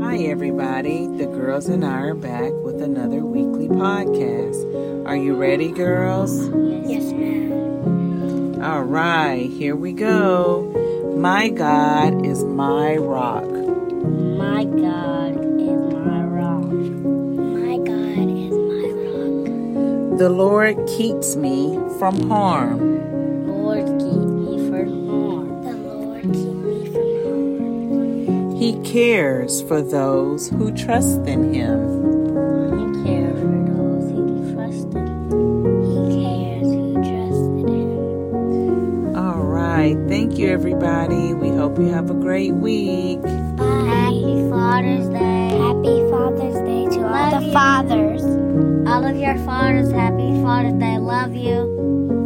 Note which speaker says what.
Speaker 1: Hi, everybody. The girls and I are back with another weekly podcast. Are you ready, girls?
Speaker 2: Yes, ma'am.
Speaker 1: All right, here we go. My God is my rock.
Speaker 2: My God is my rock. My God is my rock.
Speaker 1: The Lord keeps me from harm.
Speaker 2: Lord, keep me from harm. The Lord keep me from
Speaker 1: He cares for those who trust in Him.
Speaker 2: harm. He cares for those who trust in Him. He cares who trust in Him.
Speaker 1: All right, thank you, everybody. We hope you have a great week.
Speaker 2: Happy Father's Day. Happy Father's Day to all the fathers. All of your fathers, happy Father's Day. Love you.